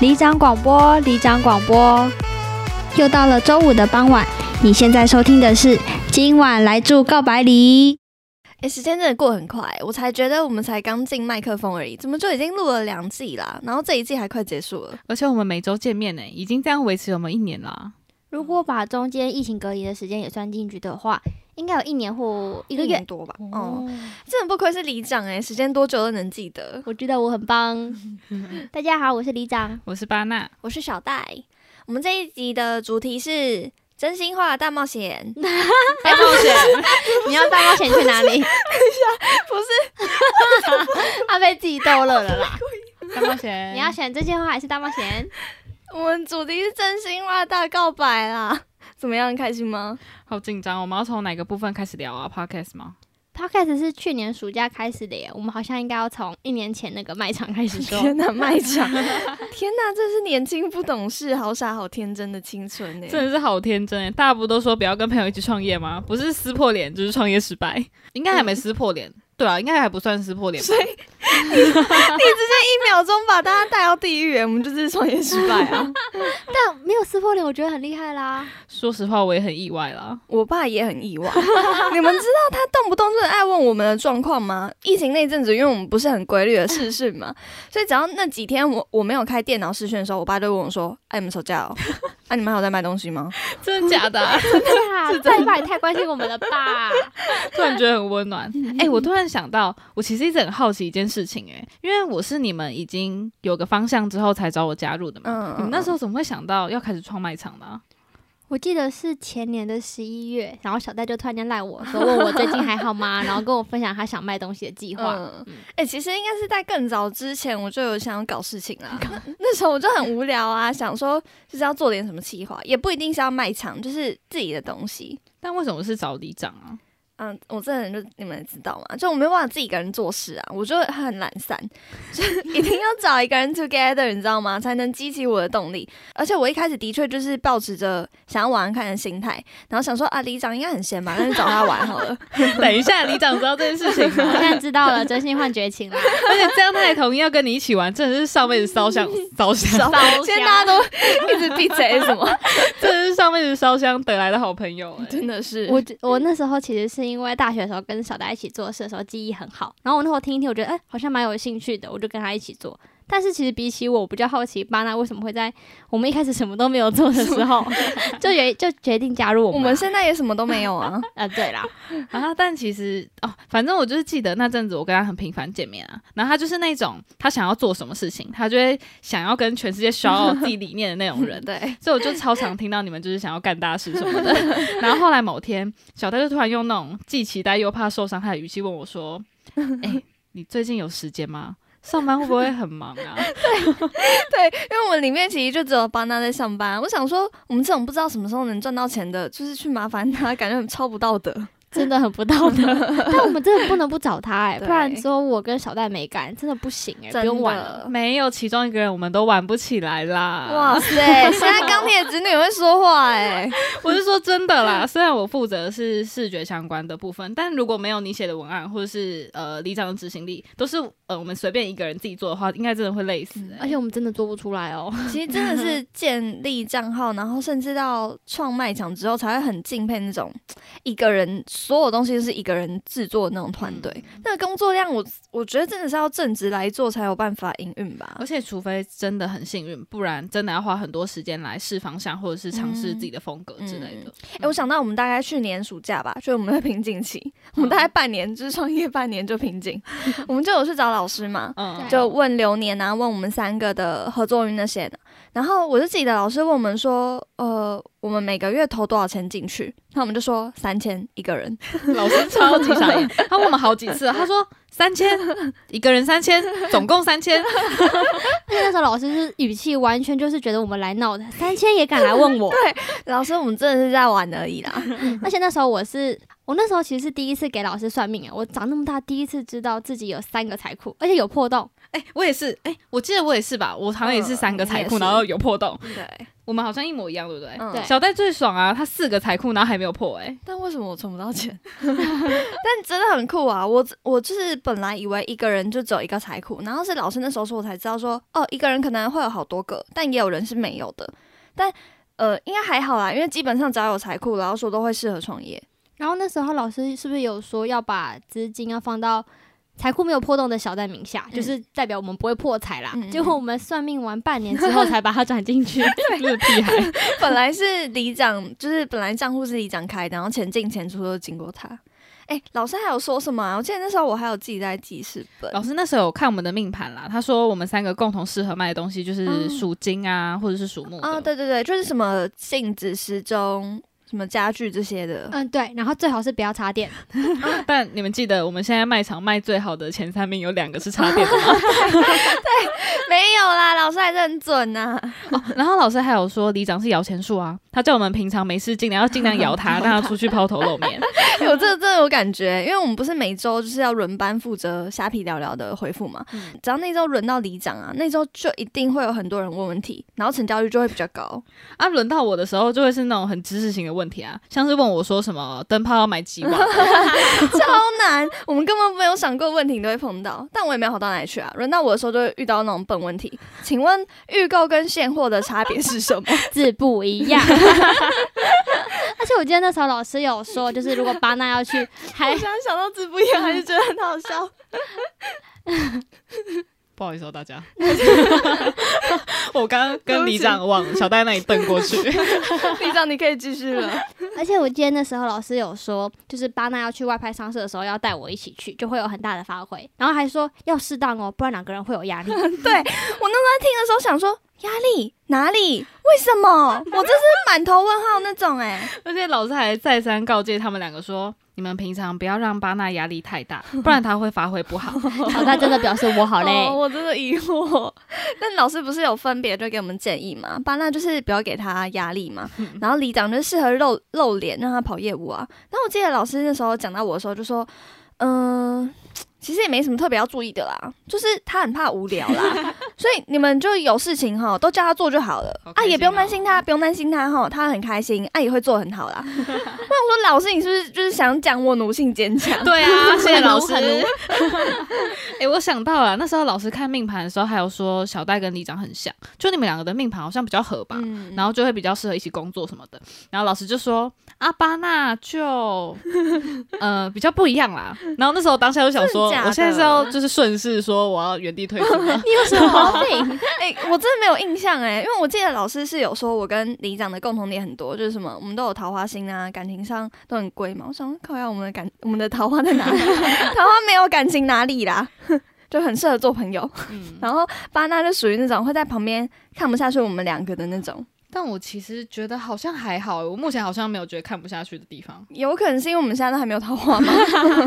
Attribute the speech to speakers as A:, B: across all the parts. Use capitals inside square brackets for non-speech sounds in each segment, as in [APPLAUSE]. A: 里长广播，里长广播。又到了周五的傍晚，你现在收听的是《今晚来住告白里》。
B: 哎、时间真的过很快，我才觉得我们才刚进麦克风而已，怎么就已经录了两季啦？然后这一季还快结束了。
C: 而且我们每周见面呢，已经这样维持我们一年啦。
D: 如果把中间疫情隔离的时间也算进去的话，应该有一年或一个
B: 年
D: 月。
B: 多吧，哦，
D: 哦，
B: 真的不愧是里长哎、时间多久都能记得。
D: 我觉得我很棒。 [LAUGHS] 大家好，我是李长。
C: 我是巴娜，
B: 我是小戴，我们这一集的主题是真心话大冒险，
C: 大冒险，
D: [LAUGHS] 你要大冒险去哪 [LAUGHS] 里？
B: 不是
D: [LAUGHS] 他被自己逗乐了啦。
C: 大冒险， [LAUGHS]
D: 你要选这些话还是大冒险？
B: [LAUGHS] 我们主题是真心话大告白啦。怎么样，开心吗？
C: 好紧张哦，我们要从哪个部分开始聊啊？Podcast 吗？
D: Podcast 是去年暑假开始的耶，我们好像应该要从一年前那个卖场开始说。
B: 天哪，卖场！天哪，这是年轻不懂事、好傻好天真的青春欸呢、
C: 真的是好天真哎！大家不都说不要跟朋友一起创业吗？不是撕破脸就是创业失败，应该还没撕破脸。对啊，应该还不算撕破脸吧。
B: 所以你你直接一秒钟把大家带到地狱，我们就是创业失败啊！
D: 但没有撕破脸，我觉得很厉害
B: [LAUGHS]
D: 啦。
C: 说实话，我也很意外啦。
B: 我爸也很意外， [LAUGHS] 你们知道他动不动就是爱问我们的状况吗？疫情那阵子，因为我们不是很规律的视讯嘛，所以只要那几天我我没有开电脑视讯的时候，我爸就问我说：“哎、你们吵架哦？哎、你们还有在卖东西吗
C: 真的假的啊、
D: 对啊，再爸也太关心我们了吧？
C: [LAUGHS] 突然觉得很温 [LAUGHS] 暖。哎、我突然想到，我其实一直很好奇一件事情、哎，因为我是你们已经有个方向之后才找我加入的？”嘛。
B: 嗯，
C: 你们那时
B: 候
C: 候怎么会想到要开始创卖场呢、
D: 我记得是前年的十一月，然后小戴就突然间赖我说问我最近还好吗，然后跟我分享他想卖东西的计划。
B: 嗯，哎、其实应该是在更早之前，我就有想要搞事情啦。那那时候我就很无聊啊，想说就是要做点什么企划，也不一定是要卖场，就是自己的东西。
C: 但为什么是找里长啊？ [LAUGHS]
B: 嗯，我这人就你们也知道嘛，就我没办法自己一个人做事啊，我就很懒散， [LAUGHS] 就是一定要找一个人 together，你知道吗？才能激起我的动力。而且我一开始的确就是抱持着想要玩玩看的心态，然后想说啊，里长应该很闲吧，那就找他玩好
D: [LAUGHS]
B: 了。
C: 等一下，里长知道这件事情吗？
B: [LAUGHS]
D: 我现在知道了，真心换绝情啦！
C: 而且这样他也同意要跟你一起玩，真的是上辈子
B: [LAUGHS]
C: 烧香烧香，
D: 烧
B: 现在大家都 [LAUGHS] 一直闭嘴，什
D: [LAUGHS]
B: 么？
C: 真的是上辈子烧香得来的好朋友、哎，
B: 真的是
D: 我觉我那时候其实是因为大学的时候跟小戴一起做事的时候记忆很好，然后我那时候听一听，我觉得哎、好像蛮有兴趣的，我就跟他一起做。但是其实比起我，我比较好奇巴纳为什么会在我们一开始什么都没有做的时候， [LAUGHS] 就决就决定加入我
B: 我
D: 们啊。
B: 们现在也什么都没有
D: [LAUGHS]
B: 啊。
D: 呃对啦，
C: 啊，但其实哦，反正我就是记得那阵子我跟他很频繁见面啊，然后他就是那种他想要做什么事情，他就会想要跟全世界 show out 自己理念的那种人。
B: 对， [LAUGHS]
C: 所以我就超常听到你们就是想要干大事什么的。然后后来某天，小戴就突然用那种既期待又怕受伤害的语气问我说：“哎、你最近有时间吗？上班会不会很忙啊？”
B: 对，因为我们里面其实就只有巴娜在上班。啊我想说，我们这种不知道什么时候能赚到钱的，就是去麻烦他，感觉很超不道德。
D: 真的很不道德。但我们真的不能不找他哎、
B: 对
D: 不然只有我跟小戴没干，真的不行哎、
B: 真的
D: 不用玩了。
C: 没有其中一个人，我们都玩不起来啦。
B: 哇，塞， [LAUGHS] 现在钢铁直女会说话哎、
C: 我是说真的啦，虽然我负责的是视觉相关的部分，但如果没有你写的文案或者是呃里长的执行力，都是呃我们随便一个人自己做的话，应该真的会累死、欸。
D: 而且我们真的做不出来哦。
B: [LAUGHS]
D: [LAUGHS]
B: 其实真的是建立账号，然后甚至到创卖场之后，才会很敬佩那种一个人所有东西都是一个人制作的那种团队。那个工作量我，我觉得真的是要正职来做才有办法营运吧
C: 而。且，除非真的很幸运，不然真的要花很多时间来试方向，或者是尝试自己的风格之类的。
B: 哎、我想到我们大概去年暑假吧，就我们的瓶颈期，我们大概半年就是创业半年就瓶 [LAUGHS] 颈，我们就有去找老师嘛，
C: 嗯，
B: 就 [LAUGHS] 问流年啊，问我们三个的合作运那些的。然后我就记得老师问我们说，呃，我们每个月投多少钱进去？那我们就说三千一个人。 [LAUGHS]
C: 老师超级傻眼，他问我们好几次了，他说三千一个人三千，总共三千，哎
D: 而且那时候老师是语气完全就是觉得我们来闹的，三千也敢来问我。
B: 老师，我们真的是在玩而已啦。
D: 而且那时候我是，我那时候其实是第一次给老师算命哎，我长那么大第一次知道自己有三个财库，而且有破洞。
C: 哎、我也是，哎、我记得我也是吧，我好像也是三
B: 嗯
C: 个
B: 你
C: 财
B: 也
C: 库，
B: 是
C: 然后有破洞，
B: 对，
C: 我们好像一模一样，对不对？
B: 嗯，
D: 对
C: 小戴最爽啊，他四个财库，然后还没有破、欸，哎，
B: 但为什么我存不到钱？ [LAUGHS] 但真的很酷啊！我我就是本来以为一个人就只有一个财库，然后是老师那时候说，我才知道说，哦，一个人可能会有好多个，但也有人是没有的。但呃，应该还好啦，因为基本上只要有财库，老师说都会适合创业。
D: 然后那时候老师是不是有说要把资金要放到财库没有破洞的小蛋名下，
B: 嗯
D: 就是代表我们不会破财啦
B: 嗯嗯。
D: 结果我们算命完半年之后才把它转进去，
C: 就是屁孩。
B: 本来是里长，就是本来账户是里长开的，然后钱进钱出都经过他。哎、老师还有说什么、啊？我记得那时候我还有自己在记事本。
C: 老师那时候有看我们的命盘啦，他说我们三个共同适合卖的东西就是
B: 嗯
C: 属金啊，或者是属木的。
B: 啊，对对对，就是什么镜子、时钟、什么家具这
D: [LAUGHS]
B: 些
D: [LAUGHS]
B: 的。
D: 嗯，对，然后最好是不要插电，
C: [LAUGHS] 但你们记得我们现在卖场卖最好的前三名有两个是插电的 [LAUGHS] 吗？
B: 没有啦，老师还是很准啊呐、
C: 然后老师还有说里长是摇钱树啊，他叫我们平常没事尽量要尽 [LAUGHS] 量摇他，让他出去抛头露面。
B: 有这这有感觉，因为我们不是每周就是要轮班负责虾皮聊聊的回复嘛，只要那周轮到里长啊，那周就一定会有很多人问问题，然后成交率就会比较高。
C: [LAUGHS] 啊，轮到我的时候就会是那种很知识型的问题啊，像是问我说什么灯泡要买几瓦，
B: [LAUGHS] 超难，我们根本没有想过问题都会碰到，但我也没有好到哪里去啊。轮到我的时候就会遇到那种笨问题，请问预购跟现货的差别是 [LAUGHS] 什么？
D: 字不一样。 [LAUGHS] 而且我记得那时候老师有说，就是如果巴纳要去，还
B: 我现在哎想到字不一样，还是觉得很好笑。
C: [LAUGHS] 不好意思哦，大家， [LAUGHS] 我刚刚跟里长往小戴那里瞪过去。
B: 里长，你可以继续了。
D: 而且我记得那时候老师有说，就是巴纳要去外派商社的时候要带我一起去，就会有很大的发挥。然后还说要适当哦，不然两个人会有压力。
B: [LAUGHS] 对我那时候在听的时候想说，压力哪里？为什么？我真是满头问号那种哎、
C: [LAUGHS] 而且老师还再三告诫他们两个说：“你们平常不要让巴纳压力太大，不然他会发挥不好。
D: 小戴真的表示我好累。
B: 哦我真的疑惑。 [LAUGHS] 但老师不是有分别就给我们建议嘛？巴纳就是不要给他压力嘛，然后里长就适合露露脸，让他跑业务啊。然后我记得老师那时候讲到我的时候就说，嗯、其实也没什么特别要注意的啦，就是他很怕无聊 [LAUGHS] 啦，所以你们就有事情哈，都叫他做就好了
C: 好
B: 啊，
C: 开心
B: 也不用
C: 哦
B: 担心他，不用担心他哈，他很开心，啊也会做很好 [LAUGHS] 啦。我想说，老师你是不是就是想讲我奴性坚 [LAUGHS] 强”？
C: 对啊，谢谢老师。
D: 很
C: [LAUGHS] 哎
D: 奴、
C: 我想到了，那时候老师看命盘的时候，还有说小戴跟李长很像，就你们两个的命盘好像比较合吧，
B: 嗯
C: 然后就会比较适合一起工作什么的。然后老师就说：“阿巴纳就呃比较不一样啦。”然后那时候当下就想说
B: 真的假：“的
C: 我现在是要就是顺势说我要原地退
B: [LAUGHS]
C: 出
D: [LAUGHS]
C: 吗
D: 你有什么毛 [LAUGHS] 病？
B: 哎、我真的没有印象哎、因为我记得老师是有说我跟里长的共同点很多，就是什么我们都有桃花心啊，感情上都很归嘛。我想看一下我们的感，我们的桃花在哪里？ [LAUGHS] 桃花没有感情哪里啦？ [LAUGHS] 就很适合做朋友。
C: 嗯
B: [LAUGHS] 然后巴纳就属于那种会在旁边看不下去我们两个的那种，
C: 但我其实觉得好像还好，我目前好像没有觉得看不下去的地方。，
B: 有可能是因为我们现在都还没有桃花吗？ [LAUGHS]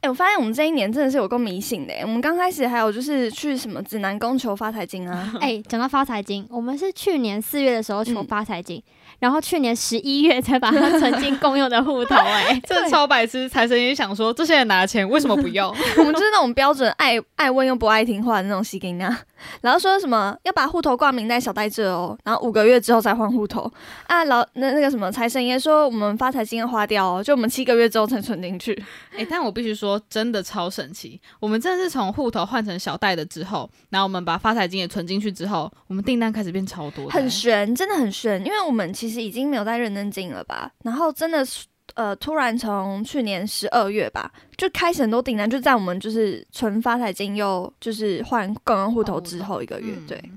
B: 哎、我发现我们这一年真的是有够迷信的、欸。我们刚开始还有就是去什么指南宫求发财金啊，
D: 哎、讲到发财金，我们是去年四月的时候求
B: 嗯
D: 发财金，然后去年十一月才把它存进公用的户头、哎
C: 这超白痴！财神爷想说，这些人拿钱为什么不用？
B: [LAUGHS] 我们就是那种标准爱爱问又不爱听话的那种西金娜， [LAUGHS] 然后说什么要把户头挂名在小戴这哦，然后五个月之后再换户头啊，老那那个什么财神爷说我们发财金要花掉哦，就我们七个月之后才存进去，
C: 哎、但我必须说，真的超神奇。我们真的是从户头换成小袋的之后，然后我们把发财金也存进去之后，我们订单开始变超多的、欸
B: 很悬，真的很悬，因为我们其实已经没有在认真经营了吧，然后真的是呃突然从去年十二月吧就开始很多订单，就在我们就是存发财金又就是换共用户头之后一个月，
C: 嗯
B: 对，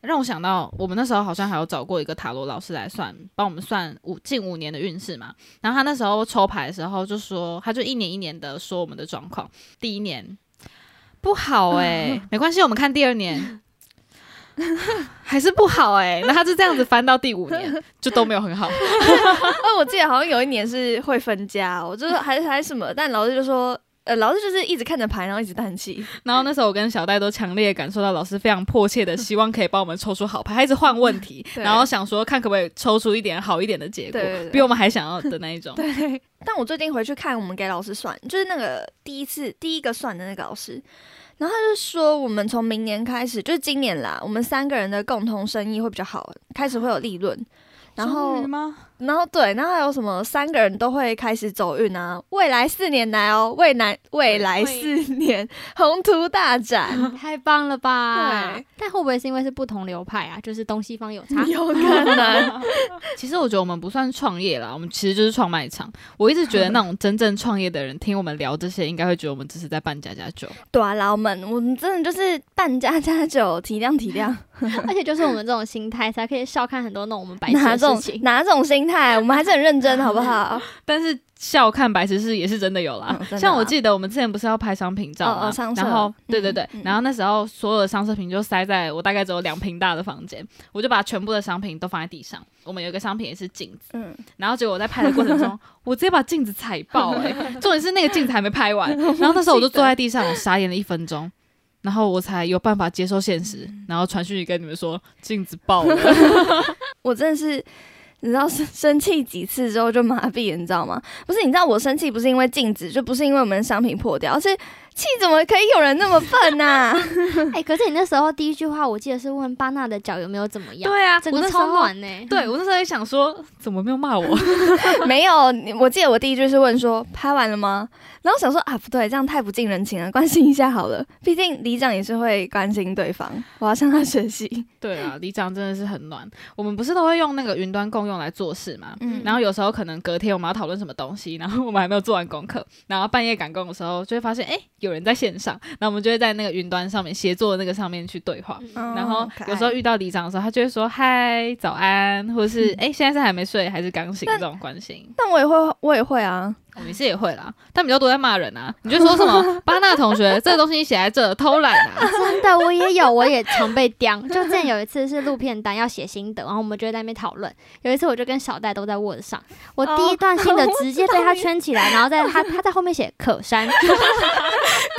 C: 让我想到，我们那时候好像还有找过一个塔罗老师来算，帮我们算五近五年的运势嘛。然后他那时候抽牌的时候就说，他就一年一年的说我们的状况。第一年不好哎、
B: [LAUGHS]
C: 没关系，我们看第二年还是不好哎、那他就这样子翻到第五年，就都没有很
B: [LAUGHS]
C: 好。
B: 哦，我记得好像有一年是会分家，我就是还还什么，但老师就说呃，老师就是一直看着牌，然后一直叹气。
C: 然后那时候我跟小戴都强烈感受到老师非常迫切的希望可以帮我们抽出好牌，他一直换问题，
B: 对
C: 然后想说看可不可以抽出一点好一点的结果，
B: 对对对
C: 比我们还想要的那一种。
B: 对， [LAUGHS] 但我最近回去看我们给老师算，就是那个第一次第一个算的那个老师，然后他就说我们从明年开始，就是今年啦，我们三个人的共同生意会比较好，开始会有利润。然后
C: 终于，吗？
B: 然后对，然后还有什么？三个人都会开始走运啊！未来四年来哦，未来未来四年宏图大展，
D: [LAUGHS] 太棒了吧？
B: 对，
D: 但会不会是因为是不同流派啊？就是东西方 [LAUGHS] 有差，
B: 有可
C: [LAUGHS]
B: 能。
C: 其实我觉得我们不算创业啦，我们其实就是创卖场。我一直觉得那种真正创业的人听我们聊这些，应该会觉得我们只是在办家家酒。
B: 对啊，老们，我们真的就是半家家酒，体谅体
C: [LAUGHS]
B: 谅。
D: 而且就是我们这种心态才可以笑看很多那种我们白痴
B: 哪
D: 的
B: 种
D: 事情。
B: 哪种心态，我们还是很认真，好不
C: [LAUGHS]
B: 好？
C: 但是笑看白痴是也是真的有啦
B: 嗯，真的啊
C: 像我记得我们之前不是要拍商品照
B: 哦
C: 嘛，
B: 哦商社
C: 然后
B: 嗯
C: 对对对，
B: 嗯
C: 然后那时候所有的商社品就塞在我大概只有两平大的房间，我就把全部的商品都放在地上。我们有一个商品也是镜子，
B: 嗯，
C: 然后结果我在拍的过
B: [LAUGHS]
C: 程中，我直接把镜子踩爆哎、重点是那个镜子还没拍完，然后那时候我就坐在地上，我傻眼了一分钟。然后我才有办法接受现实，
B: 嗯
C: 然后传讯息跟你们说镜子爆
B: [LAUGHS]
C: 了，
B: 我真的是，你知道生生气几次之后就麻痹了，你知道吗？不是，你知道我生气不是因为镜子，就不是因为我们的商品破掉，而是气怎么可以有人那么啊笨
C: [LAUGHS]
B: 呐、
D: [LAUGHS] 哎、可是你那时候第一句话我记得是问巴纳的脚有没有怎么样，
C: 啊
D: 整
C: 我那
D: 个
C: 时候
D: 超暖呢、
C: 对啊我那时候也想说，怎么没有骂我？
B: 没有，你我记得我第一句是问说拍完了吗？然后想说啊，不对，这样太不近人情了，关心一下好了。毕竟里长也是会关心对方，我要向他学习。
C: 对啊，里长真的是很暖。我们不是都会用那个云端共用来做事嘛？
B: 嗯
C: 然后有时候可能隔天我们要讨论什么东西，然后我们还没有做完功课， [LAUGHS] 然后半夜赶工的时候就会发现，哎、有人在线上，那我们就会在那个云端上面协作的那个上面去对话。
D: 嗯
C: 然后
B: 哦可爱
C: 有时候遇到里长的时候，他就会说嗨早安，或者是
B: 嗯
C: 哎、现在是还没睡还是刚醒这种关心。
B: 但我也会，我也会啊。
C: 我们是也会啦，但比较多在骂
B: [LAUGHS]
C: 人啊。你就说什么巴纳同学，这个东西你写在这偷懒啊？ [LAUGHS]
D: 真的，我也有，我也常被刁。就之前有一次是录片单要写心得，然后我们就在那边讨论。有一次我就跟小戴都在 Word 上，我第一段心
C: 哦
D: 得直接被他圈起来，然后在他他在后面写可
C: [LAUGHS]
D: 删，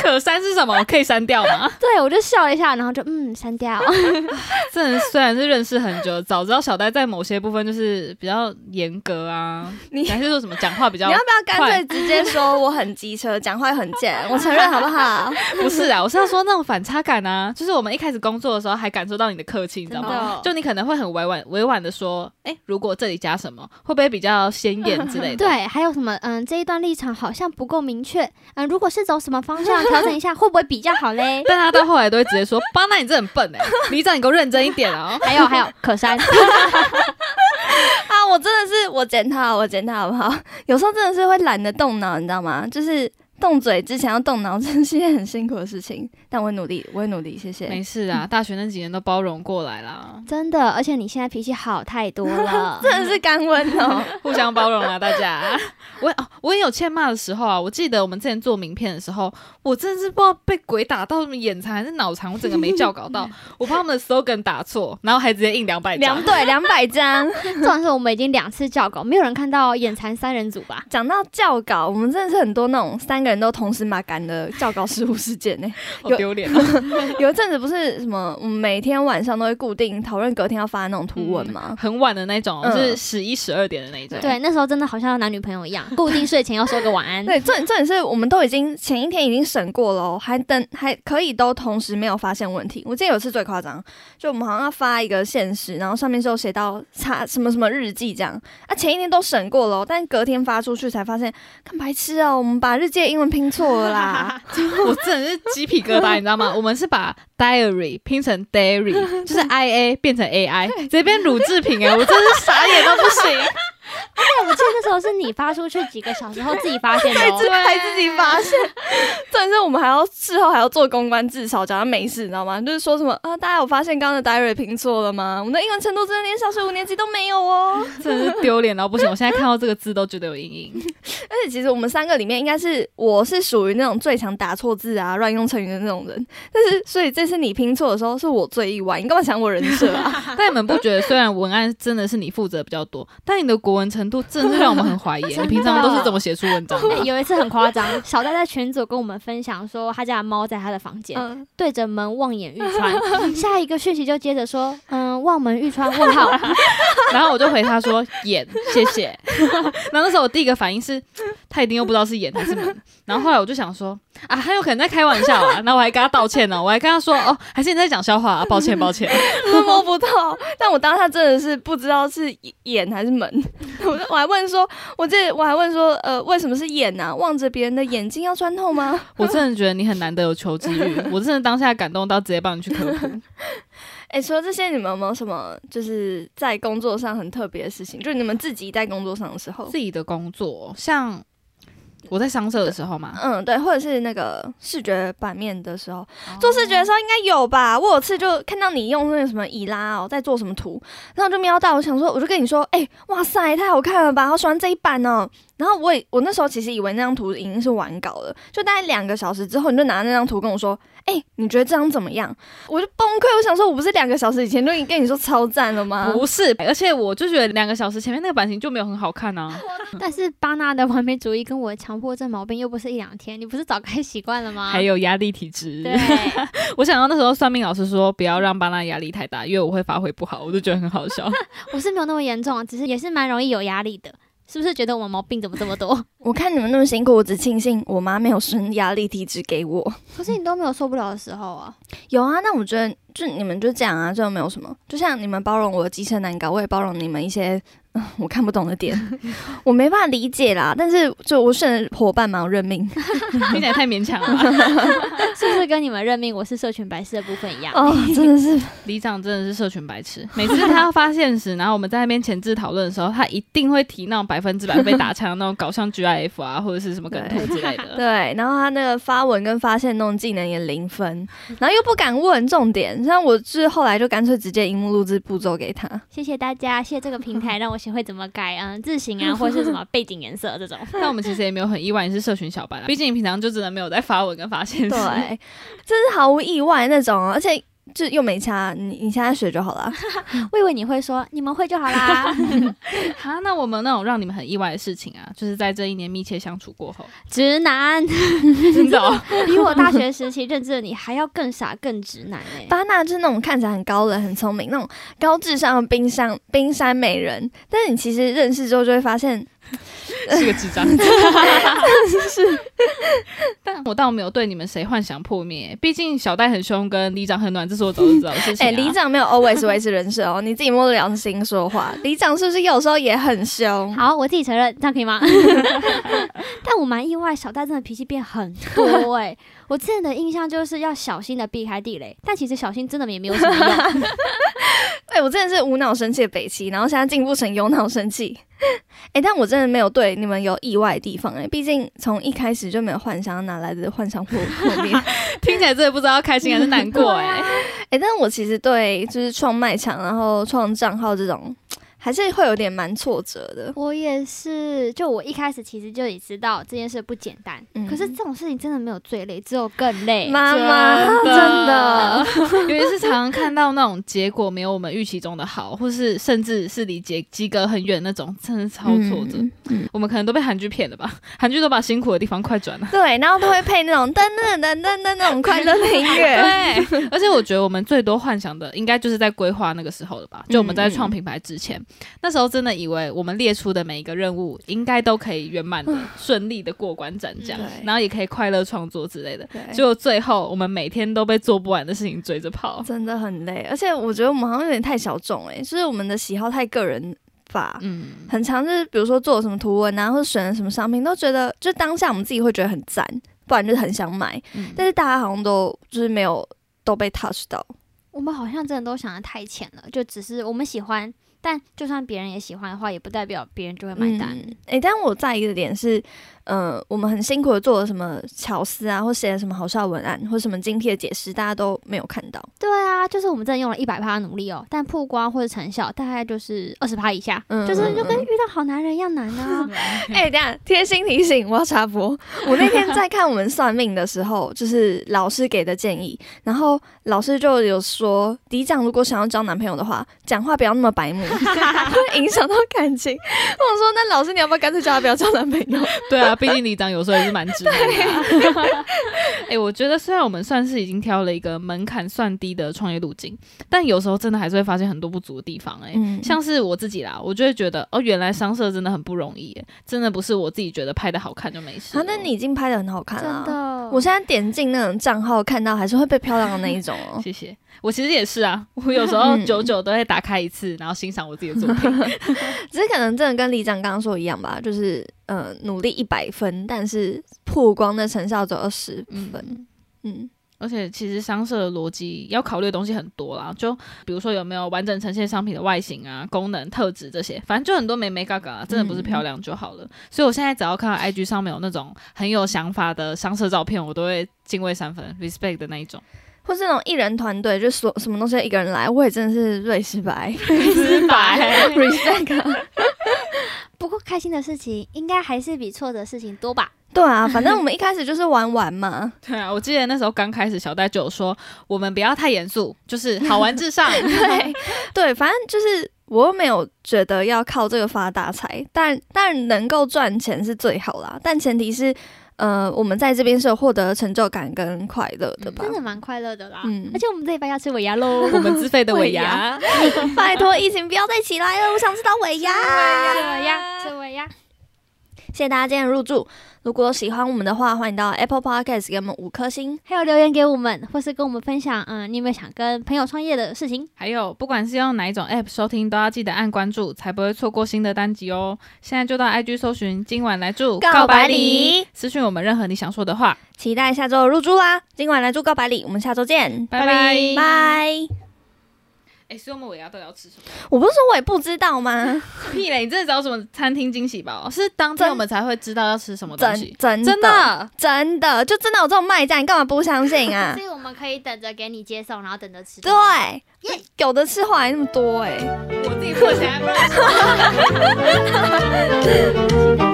C: 可删是什么？可以删掉吗？
D: 对我就笑了一下，然后就嗯删掉。
C: 这人虽然是认识很久，早知道小戴在某些部分就是比较严格啊，
B: 你
C: 还是说什么讲话比较
B: 你要不要干脆直接说我很机车，讲话很贱？ [LAUGHS] 我承认好不
C: [LAUGHS]
B: 好？
C: 不是啊？我是要说那种反差感啊，就是我们一开始工作的时候还感受到你的客气，你知道
D: 真的
C: 吗？
D: 哦
C: [LAUGHS] 就你可能会很委婉委婉的说，哎、如果这里加什么，会不会比较鲜艳之类
D: [LAUGHS]
C: 的？
D: 对，还有什么嗯这一段立场好像不够明确，嗯如果是走什么方向调整一下，会不会比较好嘞？ [LAUGHS]
C: 但他到后来都会直接说：“ [LAUGHS] 巴纳，你这很笨哎、李长，你给我认真一点哦。
D: 还有还有可删，
B: 啊，我真的是我检讨，我检讨好不好？ [LAUGHS] 有时候真的是会懒得动脑，你知道吗？就是动嘴之前要动脑，真的是一件很辛苦的事情。但我会努力，我会努力，谢”谢。。
C: 没事啊，大学那几年都包容过来啦，
D: 真的，而且你现在脾气好太多了 [LAUGHS]
B: 真的是干温
C: [LAUGHS]
B: 哦，
C: 互相包容啊，大家。 [LAUGHS] 我也哦，我也有欠骂的时候啊。我记得我们之前做名片的时候，我真的是不知道被鬼打到什么眼残还是脑残，我整个没校稿
B: [LAUGHS]
C: 到，我把他们的 slogan 打错，然后还直接印两百
B: 两
C: 张。
B: 对两百张。
D: 重点是我们已经两次叫狗，没有人看到眼馋三人组吧？
B: 讲到教稿，我们真的是很多那种三个人都同时麻杆的教稿失误事件呢、
C: 好丢
B: [LAUGHS]
C: 脸啊！
B: 有一阵子不是什么，我们每天晚上都会固定讨论隔天要发的那种图文吗？
C: [LAUGHS] 很晚的那种，
B: 嗯
C: 就是十一、十二点的那一种。
D: 对，那时候真的好像男女朋友一样，固定睡前要说个晚安。
B: 对，重点重点是我们都已经前一天已经审过了哦，还等还可以都同时没有发现问题。我记得有一次最夸张，就我们好像要发一个现实，然后上面就写到查什么什么日记这样啊，前一天都审过了哦，但隔天发出去才发现，看白痴啊，我们把日记的英文拼错了
C: [LAUGHS]
B: 啦。
C: [LAUGHS] 我真的是鸡皮疙瘩，你知道
B: [LAUGHS]
C: 吗？我们是把 diary 拼成 dairy，就是 i a 变成 a i，这边乳制品哎、我真的是傻眼到不行。
D: 对，我记得那时候是你发出去几个小时后自己发现的、哦
B: 自。还 [LAUGHS] 自己发现，重点是我们还要事后还要做公关自嘲，假装没事，你知道吗？就是说什么啊，大家有发现刚刚的 diary 拼错了吗？我们的英文程度真的连小学五年级都没有哦。
C: 真的是丢脸到不行！我现在看到这个字都觉得有阴影。
B: 而且其实我们三个里面，应该是我是属于那种最常打错字啊、乱用成语的那种人。但是，所以这次你拼错的时候，是我最意外。你干嘛抢我人设啊？
C: [LAUGHS] 但你们不觉得，虽然文案真的是你负责比较多，但你的国文程度真的是让我们很 [LAUGHS] 怀疑。你平常都是怎么写出文
D: [LAUGHS]
C: 章
D: 哎
C: 的？
D: 有一次很夸张，小戴在群组跟我们分享说，他家的猫在他的房间、
B: 嗯，
D: 对着门望眼欲 [LAUGHS] 穿，下一个讯息就接着说，嗯，望门欲穿问号， [LAUGHS]
C: 然后我就回他说演， [LAUGHS] 谢谢。然后那时候我第一个反应是，他一定又不知道是演还是门。然后后来我就想说啊，他有可能在开玩笑啊。然后我还跟他道歉呢，我还跟他说哦，还是你在讲笑话啊，抱歉抱歉。
B: [LAUGHS] 摸不到。但我当下真的是不知道是眼还是门，我我还问说，我这我还问说，呃，为什么是眼啊？望着别人的眼睛要穿透吗？
C: 我真的觉得你很难得有求知欲，我真的当下感动到直接帮你去科 [LAUGHS] 普。
B: 哎、除了这些，你们有没有什么就是在工作上很特别的事情？就是你们自己在工作上的时候
C: 自，己的工作，像我在商社的时候嘛，
B: 嗯，对，或者是那个视觉版面的时候，做视觉的时候应该有吧？我有次就看到你用那个什么以拉哦，在做什么图，然后我就瞄到，我想说，我就跟你说，哎、哇塞，太好看了吧，好喜欢这一版哦。然后我也我那时候其实以为那张图已经是完稿了，就大概两个小时之后，你就拿那张图跟我说，哎、你觉得这张怎么样？我就崩溃，我想说，我不是两个小时以前就已经跟你说超赞了吗？
C: 不是，而且我就觉得两个小时前面那个版型就没有很好看啊。
D: 但是巴纳的完美主义跟我的强迫症毛病又不是一两天，你不是早该习惯了吗？
C: 还有压力体质，
D: 啊对，
C: 我想到那时候算命老师说不要让巴纳压力太大，因为我会发挥不好，我就觉得很好笑。
D: [LAUGHS] 我是没有那么严重，啊只是也是蛮容易有压力的。是不是觉得我们毛病怎么这么多？
B: 我看你们那么辛苦，我只庆幸我妈没有生压力体质给我。
D: [LAUGHS] 可是你都没有受不了的时候啊！
B: 有啊，那我觉得就你们就这样啊，这没有什么。就像你们包容我的机车难搞，我也包容你们一些、嗯我看不懂的点，我没办法理解啦。但是就我选的伙伴嘛，我认命。
C: 听起来太勉强了吧。
D: [LAUGHS] 是不是跟你们任命我是社群白痴的部分一样？
B: 哦，真的是，
C: 李长真的是社群白痴，每次他要发现时，然后我们在那边前置讨论的时候，他一定会提那种百分之百被打枪的那种搞像 GIF 啊，或者是什么梗图之类的。
B: 对。然后他那个发文跟发现那种技能也零分，然后又不敢问重点，像我是后来就干脆直接荧幕录制步骤给他。
D: [LAUGHS] 谢谢大家，谢谢这个平 [LAUGHS] 台让我学会怎么改嗯字型 [LAUGHS] 啊，或者是什么背景颜色这种。
C: [LAUGHS] 但我们其实也没有很意外，你是社群小白啦，毕竟你平常就真的没有在发文跟发现时。 [LAUGHS]
B: 对，真是毫无意外那种哦，而且就又没差，你你现在学就好了。
D: [LAUGHS] 我以为你会说你们会就好啦，
C: 啊，那我们那种让你们很意外的事情啊，就是在这一年密切相处过后，
D: [LAUGHS] 直 [LAUGHS] 男
C: 真的哦、
D: [LAUGHS] 比我大学时期认知的你还要更傻更直男哎、
B: 巴纳就是那种看起来很高冷、很聪明、那种高智商的冰山冰山美人，但是你其实认识之后就会发现，
C: 是个智障，
B: [LAUGHS]
C: 但我倒没有对你们谁幻想破灭，毕竟小戴很凶，跟里长很暖，这是我早就知道的事
B: [LAUGHS]
C: 情、
B: 哎、
C: 啊。
B: 里长没有 always 维持人设哦，你自己摸着良心说话，里长是不是有时候也很凶？
C: [LAUGHS]
D: 好，我自己承认，这样可以吗？但我蛮意外，小戴真的脾气变很多哎、我之前的印象就是要小心的避开地雷，但其实小心真的也没有什么用。
B: 哎、我真的是无脑生气的北齐，然后现在进步成有脑生气。 [LAUGHS] 哎、但我真的没有对你们有意外的地方哎、毕竟从一开始就没有幻想，哪来的幻想破破
C: [LAUGHS]
B: 灭？
C: 听起来真的不知道开心还是难过哎、
B: [LAUGHS] 哎、但是我其实对就是创卖场，然后创账号这种，还是会有点蛮挫折的。
D: [LAUGHS] 我也是，就我一开始其实就也知道这件事不简单，
B: 嗯
D: 可是这种事情真的没有最累，只有更累。
B: 妈妈啊真的，
C: [LAUGHS] 尤其是常常看到那种结果没有我们预期中的好，或是甚至是离结及格很远那种，真的超挫折。
B: 嗯嗯
C: 我们可能都被韩剧骗了吧？韩剧都把辛苦的地方快转了。
B: 对，然后都会配那种噔噔噔噔噔那种快乐的音
C: [LAUGHS]
B: 乐。
C: 对，而且我觉得我们最多幻想的，应该就是在规划那个时候了吧？就我们在
B: 嗯
C: 创品牌之前，那时候真的以为我们列出的每一个任务，应该都可以圆满的、顺利的过关斩将
B: 嗯，对
C: 然后也可以快乐创作之类的。
B: 对
C: 结果最后，我们每天都被做不完的事情追着跑。
B: 真的很累，而且我觉得我们好像有点太小众哎、就是我们的喜好太个人化，
C: 嗯，
B: 很常就是比如说做什么图文啊，或者选了什么商品，都觉得就当下我们自己会觉得很赞，不然就是很想买，
C: 嗯
B: 但是大家好像都就是没有都被 touch 到。
D: 我们好像真的都想的太浅了，就只是我们喜欢，
B: 嗯
D: 但就算别人也喜欢的话，也不代表别人就会买单。
B: 嗯诶，但我在意的点是，呃，我们很辛苦的做了什么巧思啊，或写了什么好笑的文案，或什么精辟的解释，大家都没有看到。
D: 对啊，就是我们真的用了一百趴努力哦，但曝光或者成效大概就是二十趴以下，
B: 嗯
D: 就是
B: 嗯
D: 就跟
B: 嗯
D: 遇到好男人一样难
B: [LAUGHS]
D: 啊。
B: 哎、等一下贴心提醒，我要插播。
C: [LAUGHS]
B: 我那天在看我们算命的时候，就是老师给的建议，然后老师就有说，嫡长如果想要交男朋友的话，讲话不要那么
C: [LAUGHS]
B: 白目，会影响到感情。我说，那老师你要不要干脆叫他不要交男朋友？
C: 对啊，毕竟里长有时候也是蛮直男
B: [LAUGHS]
C: 的、啊 [LAUGHS] 哎、我觉得虽然我们算是已经挑了一个门槛算低的创业路径，但有时候真的还是会发现很多不足的地方、哎、
B: 嗯
C: 像是我自己啦，我就会觉得哦，原来商社真的很不容易、哎真的不是我自己觉得拍的好看就没事
B: 啊
C: 了。，
B: 那你已经拍的很好看
D: 真
B: 了、
D: 的，
B: 我现在点进那种账号看到，还是会被漂亮的那一种哦。
C: [LAUGHS] 谢谢。我其实也是啊，我有时候
B: 嗯
C: 久久都会打开一次，然后欣赏我自己的作品。
B: [LAUGHS] 只是可能真的跟李长刚刚说的一样吧，就是呃努力一百分，但是曝光的成效只有二十
C: 嗯
B: 分。嗯
C: 而且其实商社的逻辑要考虑的东西很多啦，就比如说有没有完整呈现商品的外形啊、功能、特质这些，反正就很多美美嘎嘎啊，真的
B: 嗯
C: 不是漂亮就好了。所以我现在只要看到 IG 上面有那种很有想法的商社照片，我都会敬畏三分，respect 的那
B: [LAUGHS]
C: 一种。
B: 或是那种一人团队，就所什么东西都一个人来，我也真的是瑞士 [LAUGHS] 白
C: 失败，
B: respect 啊。
D: 不过开心的事情应该还是比挫折的事情多吧？
B: 对啊，反正我们一开始就是玩玩嘛，
C: [LAUGHS] 对啊，我记得那时候刚开始，小戴就有说，我们不要太严肃，就是好玩至 [LAUGHS] 上。
B: 对 [LAUGHS] 对，反正就是我又没有觉得要靠这个发大财，但但能够赚钱是最好啦，但前提是呃我们在这边是有获得成就感跟快乐的嗯吧
D: 嗯真。的蛮快乐的啦。
B: 嗯
D: 而且我们这一班要吃尾牙
B: [LAUGHS]
D: 喽。
C: 我们自费的尾牙，
B: 拜托，疫情不要再起来了，我想知道尾 [LAUGHS] 牙。
D: 尾牙，吃尾
B: [LAUGHS]
D: 牙。
B: 谢谢大家今天的入住。如果喜欢我们的话，欢迎到 Apple Podcast 给我们五颗星。
D: 还有留言给我们，或是跟我们分享，嗯，你有没有想跟朋友创业的事
B: 嗯
D: 情？
C: 还有，不管是用哪一种 App 收听，都要记得按关注，才不会错过新的单集哦。现在就到 IG 搜寻“今晚来住
B: 告白礼
C: 私讯我们任何你想说的话。
B: 期待下周的入住啦！今晚来住告白礼，我们下周见，
C: 拜拜
B: 拜。
C: 哎，所以我们尾牙到底要吃什么？
B: 我不是说我也不知道吗？
C: [LAUGHS] 屁嘞！你真的找什么餐厅惊喜包？是当天
B: 真
C: 我们才会知道要吃什么东
B: 真
C: 西。
B: 真
C: 真
B: 的
C: 的，
B: 真的，就真的有这种卖家，你干嘛不相信啊
C: [LAUGHS]
D: 所？以我们可以等着给你接送，然后等着吃。
B: 对，有的吃话还那么多哎、
C: 我自己破起来，不
D: 期
C: 然。
D: 待。